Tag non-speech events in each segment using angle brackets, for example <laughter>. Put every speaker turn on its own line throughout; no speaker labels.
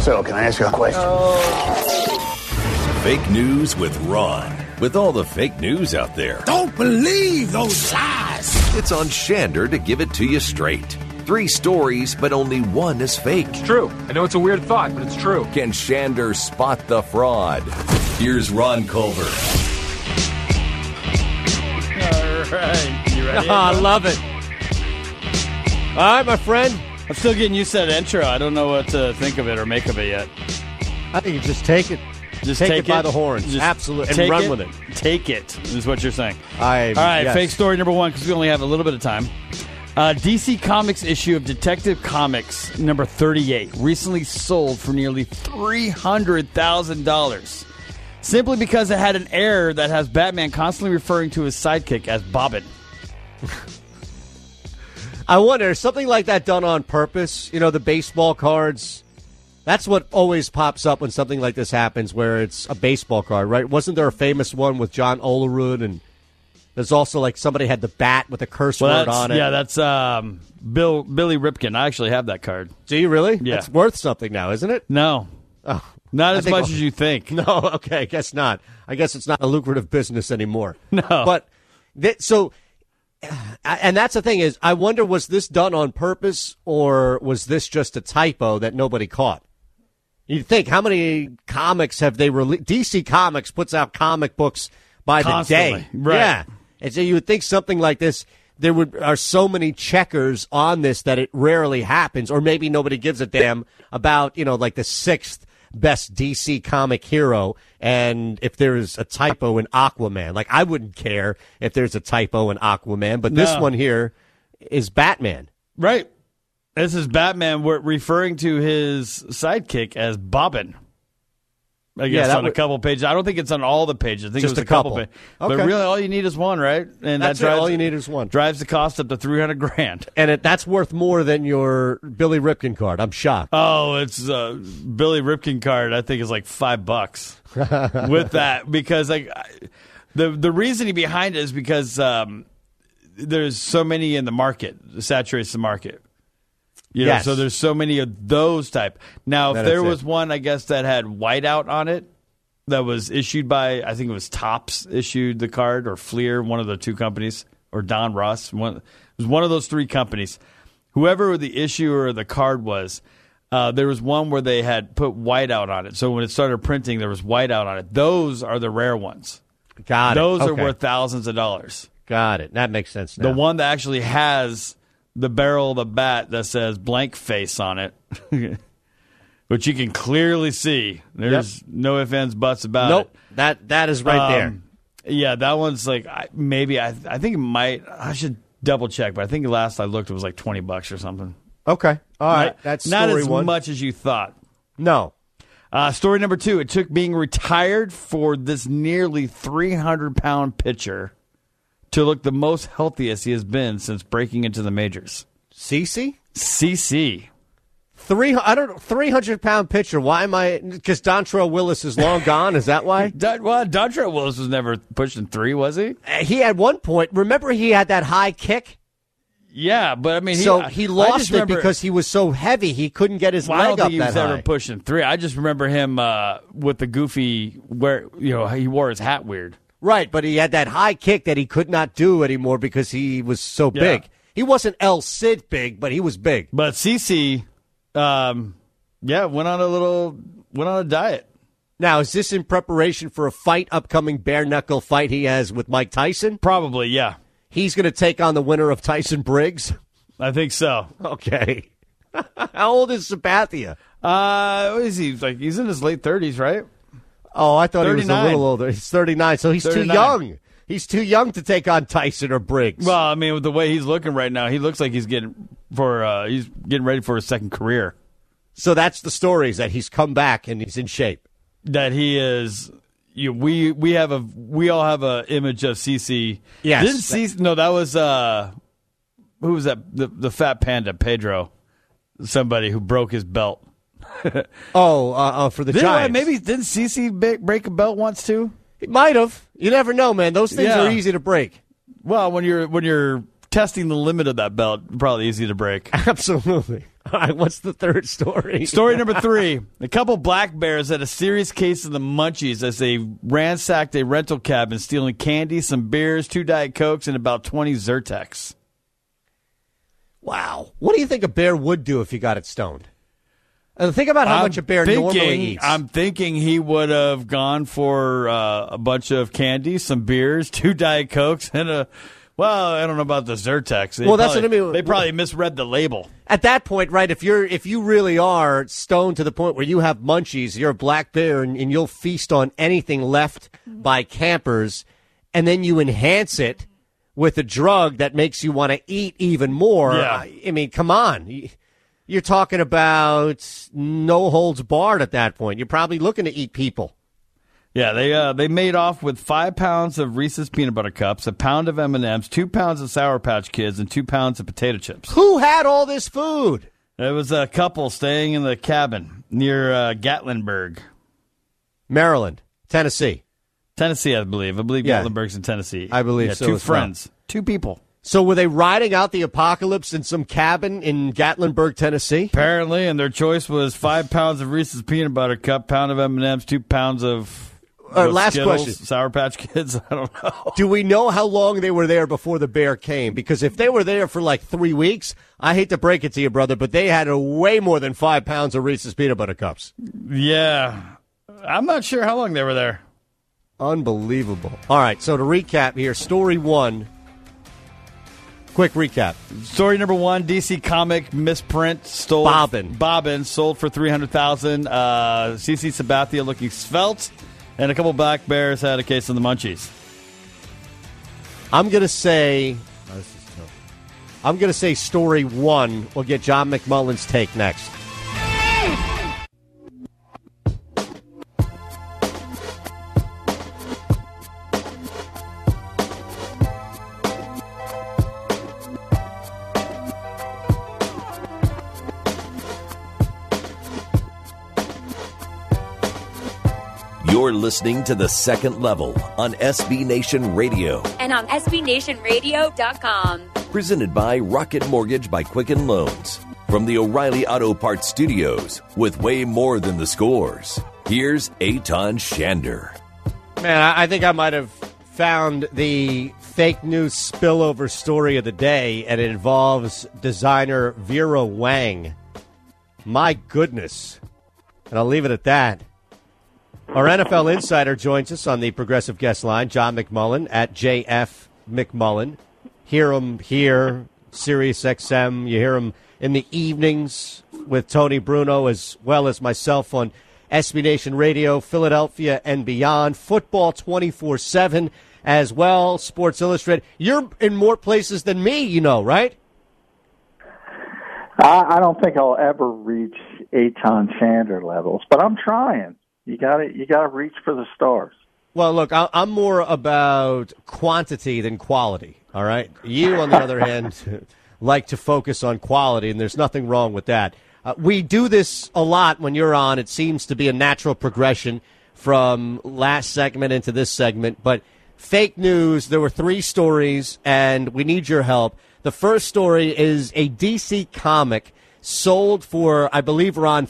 So, can I ask you a question?
Fake news with Ron. With all the fake news out there,
Don't believe those lies.
it's on Shander to give it to you straight. Three stories, but only one is fake.
True. I know it's a weird thought, but it's true.
Can Shander spot the fraud? Here's Ron Culver.
All right. You
<laughs>
ready?
I love it. All right, my friend. I'm still getting used to that intro. I don't know what to think of it or make of it yet.
I think you just take it.
Just
take,
take
it, by the horns.
Just
Absolutely. And
take
run with it.
Take it is what you're saying.
I-
All right,
yes.
fake story number one because we only have a little bit of time. Uh, DC Comics issue of Detective Comics number 38 recently sold for nearly three hundred thousand dollars, simply because it had an error that has Batman constantly referring to his sidekick as Bobbin.
I wonder, is something like that done on purpose? You know, the baseball cards. That's what always pops up when something like this happens, where it's a baseball card, right? Wasn't there a famous one with John Olerud and there's also like somebody had the bat with a curse
Well,
word
that's-
on it.
yeah, that's um, Bill Billy Ripkin. I actually have that card.
Do you really?
Yeah.
That's worth something now, isn't it?
No,
Oh.
not
I
as
think
much
I'll-
as you think.
<laughs> No, okay, I guess not. I guess it's not a lucrative business anymore.
No.
but th- so, uh, and that's the thing is, I wonder was this done on purpose or was this just a typo that nobody caught? You think how many comics have they released? DC Comics puts out comic books by the
Constantly,
day,
right.
Yeah, and so you would think something like this. There would are so many checkers on this that it rarely happens, or maybe nobody gives a damn about you know like the sixth best DC comic hero, and if there is a typo in Aquaman, like I wouldn't care if there's a typo in Aquaman, but this
No.
one here is Batman.
Right. This is Batman. We're referring to his sidekick as Bobbin. I guess
that
on a
would-
couple pages. I don't think it's on all the pages. I think
Just
it was
a
a couple.
couple.
pa-
Okay.
But really, all you need is one, right? And
That's
that
it.
drives,
All you need is one.
Drives the cost up to three hundred grand.
And it, that's worth more than your Billy Ripkin card. I'm shocked.
Oh, it's uh, Billy Ripkin card. I think is like five bucks with that because like I, the the reasoning behind it is because um, there's so many in the market it saturates the market. You know,
Yes.
so there's so many of those type. Now, if
That
there
is it.
was one, I guess that had whiteout on it that was issued by I think it was Tops issued the card or Fleer, one of the two companies, or Don Ross. One it was one of those three companies. Whoever the issuer of the card was, uh, there was one where they had put whiteout on it. So when it started printing, there was whiteout on it. Those are the rare ones.
Got it.
Those are
Okay.
worth thousands of dollars.
Got it. That makes sense.
The
now.
one that actually has the barrel of the bat that says blank face on it, <laughs> which you can clearly see. There's no ifs, ands, buts about
Nope.
it.
That that is right there.
Um, Yeah, that one's like I, maybe I I think it might I should double check, but I think last I looked it was like twenty bucks or something.
Okay. All right.
Not-
That's
not
story
as
one.
much as you thought.
No.
Uh, story number two: It took being retired for this nearly three hundred pound pitcher to look the most healthiest he has been since breaking into the majors.
CC?
CC.
Three I don't three hundred pound pitcher. Why am I because Dontrell Willis is <laughs> long gone, is that why?
Don, well, Dontre Willis was never pushing three, was he?
Uh, He at one point remember he had that high kick?
Yeah, but I mean, he,
so
I- I
he uh,
just
lost it
remember-
because he was so heavy he couldn't get his
Well, I
leg
don't
up
think he
that
was ever
high.
pushing three. I just remember him uh, with the goofy where you know he wore his hat weird.
Right, but he had that high kick that he could not do anymore because he was so
Yeah.
big. He wasn't El Cid big, but he was big.
But CC, um, yeah, went on a little went on a diet.
Now, is this in preparation for a fight, upcoming bare knuckle fight he has with Mike Tyson?
Probably, yeah,
He's going to take on the winner of Tyson Briggs. <laughs>
I think so.
Okay. <laughs> How old is Sabathia?
Uh, what is he like? He's in his late thirties, right?
Oh, I thought he was a
39.
little older. He's 39, so he's
39.
too young. He's too young to take on Tyson or Briggs.
Well, I mean, with the way he's looking right now, he looks like he's getting for uh, he's getting ready for his second career.
so that's the story is that he's come back and he's in shape.
that he is. You, we we have a we all have a image of CC.
Yes.
Didn't CC? No, that was uh, who was that? The the fat panda Pedro, somebody who broke his belt.
Oh, uh, uh, for the
Didn't I,
Giants.
maybe didn't CC ba- break a belt once too?
He might have. You never know, man. Those things
Yeah.
are easy to break.
Well, when you're when you're testing the limit of that belt, probably easy to break.
<laughs>
<laughs>
Absolutely. All right, what's the third story? <laughs>
Story number three a couple black bears had a serious case of the munchies as they ransacked a rental cabin, stealing candy, some beers, two Diet Cokes, and about 20 Zyrtex.
Wow. What do you think a bear would do if you got it stoned? And think about how
I'm
much a bear
thinking,
normally eats.
I'm thinking he would have gone for uh, a bunch of candy, some beers, <laughs> two Diet Cokes, and a. Well, I don't know about the Zyrtex. They
Well, that's
probably-
what I mean.
They probably misread the label.
At that point, right, if you're if you really are stoned to the point where you have munchies, you're a black bear and, and you'll feast on anything left by campers, and then you enhance it with a drug that makes you want to eat even more.
Yeah.
I, I mean, come on. You- You're talking about no holds barred at that point. You're probably looking to eat people.
Yeah, they uh, they made off with five pounds of Reese's peanut butter cups, a pound of M and M's, two pounds of Sour Patch Kids, and two pounds of potato chips.
Who had all this food?
There was a couple staying in the cabin near uh, Gatlinburg,
Maryland, Tennessee.
Tennessee, I believe. I believe
Yeah.
Gatlinburg's in Tennessee.
I believe
Yeah,
so
Two
as well.
friends, two people.
So were they riding out the apocalypse in some cabin in Gatlinburg, Tennessee?
Apparently, and their choice was five pounds of Reese's peanut butter cup, pound of M and M's, two pounds of
All right,
what,
Uh, last
Skittles,
question.
Sour Patch Kids. <laughs> I don't know.
Do we know how long they were there before the bear came? Because if they were there for like three weeks, I hate to break it to you, brother, but they had a way more than five pounds of Reese's peanut butter cups.
Yeah, I'm not sure how long they were there.
Unbelievable. All right, so to recap here, story one. Quick recap.
Story number one: DC comic misprint stole
Bobbin.
Bobbin sold for three hundred thousand. Uh, CC Sabathia looking svelte, and a couple black bears had a case of the munchies.
I'm gonna say. I'm gonna say story one. We'll get John McMullen's take next.
You're listening to the second level on SB Nation Radio,
and on SBNationRadio.com.
presented by Rocket Mortgage by Quicken Loans. From the O'Reilly Auto Parts Studios, with way more than the scores, here's Aton Shander.
Man, I, I think I might have found the fake news spillover story of the day, and it involves designer Vera Wang. My goodness. And I'll leave it at that. Our NFL insider joins us on the progressive guest line, John McMullen at JF McMullen. Hear him here, Sirius XM. You hear him in the evenings with Tony Bruno as well as myself on SB Nation Radio, Philadelphia and beyond. Football 24 7 as well, Sports Illustrated. You're in more places than me, you know, right?
I, I don't think I'll ever reach Aton Shander levels, but I'm trying. You got to you got to reach for the stars.
Well, look, I, I'm more about quantity than quality. All right. You, on the other hand, like to focus on quality, and there's nothing wrong with that. Uh, we do this a lot when you're on. It seems to be a natural progression from last segment into this segment. But fake news, there were three stories, and we need your help. The first story is a DC comic sold for, I believe, around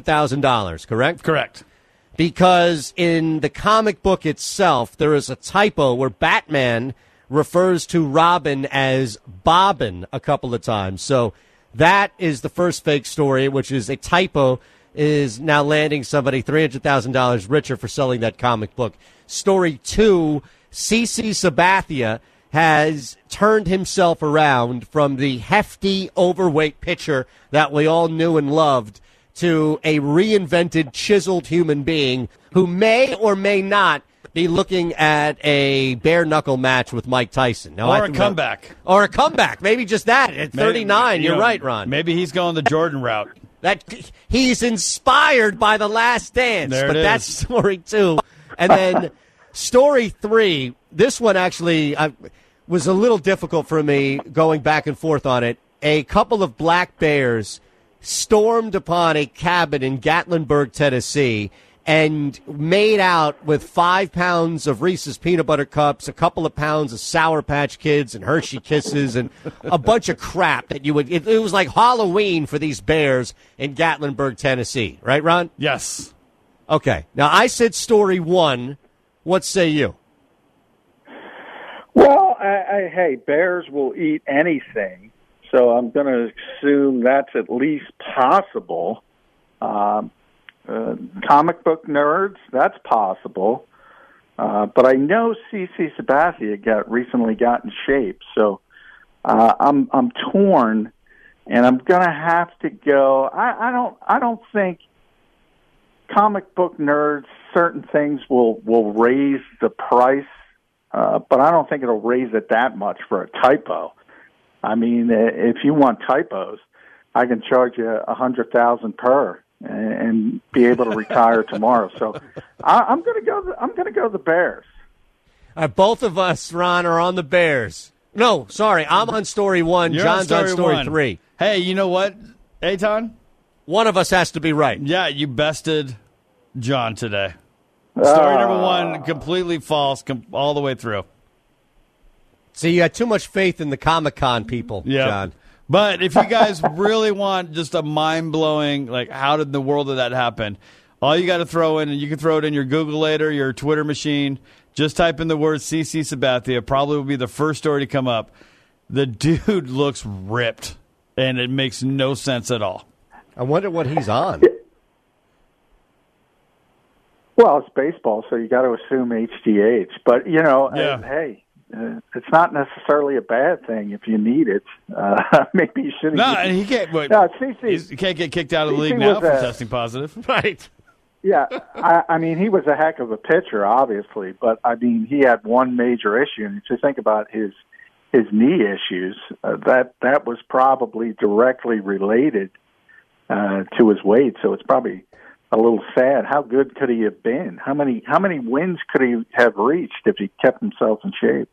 $300,000, correct?
Correct.
because in the comic book itself, there is a typo where Batman refers to Robin as Bobbin a couple of times. So that is the first fake story, which is a typo is now landing somebody $300,000 richer for selling that comic book. Story two, CC Sabathia has turned himself around from the hefty, overweight pitcher that we all knew and loved to a reinvented, chiseled human being who may or may not be looking at a bare knuckle match with Mike Tyson. Now,
Or
Oh, I
a
think that-
comeback.
or a comeback. Maybe just that at 39.
Maybe,
You're
you know,
right, Ron.
Maybe he's going the Jordan route.
That he's inspired by the last dance,
There
but
it
that's
is.
story two, and then story three. This one actually I, was a little difficult for me going back and forth on it. A couple of black bears stormed upon a cabin in Gatlinburg, Tennessee, and made out with five pounds of Reese's peanut butter cups, a couple of pounds of Sour Patch Kids and Hershey Kisses, and a bunch of crap that you would. It, it was like Halloween for these bears in Gatlinburg, Tennessee. Right, Ron?
Yes.
Okay. Now I said story one. What say you?
Well, I, I, hey, bears will eat anything, so I'm going to assume that's at least possible. Um, uh, comic book nerds, that's possible. Uh, but I know CC Sabathia got recently got in shape, so uh, I'm I'm torn, and I'm gonna have to go. I, I don't I don't think comic book nerds certain things will will raise the price, uh, but I don't think it'll raise it that much for a typo. I mean, uh, if you want typos, I can charge you a hundred thousand per and be able to
<laughs>
retire tomorrow. So I, am going to go. I'm going to go the Bears.
Uh, both of us, Ron, are on the Bears. No, sorry, I'm on story one.
You're
John's
on story,
story
one.
three.
Hey, you know what, Aton?
One of us has to be right.
Yeah, you bested John today. Story number one, completely false, com- all the way through.
See, you had too much faith in the Comic Con people,
Yeah.
John.
But if you guys <laughs> really want just a mind blowing, like, how did the world of that happen? All you got to throw in, and you can throw it in your Google later, your Twitter machine. Just type in the word CC Sabathia. Probably will be the first story to come up. The dude <laughs> looks ripped, and it makes no sense at all.
I wonder what he's on.
Well, it's baseball, so you got to assume HGH. But you know,
Yeah.
uh, hey, uh, it's not necessarily a bad thing if you need it. Uh, <laughs> maybe you shouldn't.
No, and he can't. Wait,
No, CC.
he's- he can't get kicked out of the
CC
league now
was
for
a-
testing positive. <laughs>
right.
Yeah, I, I mean, he was a heck of a pitcher, obviously, but I mean, he had one major issue, and to think about his his knee issues, uh, that that was probably directly related uh, to his weight. So it's probably a little sad. How good could he have been? How many how many wins could he have reached if he kept himself in shape?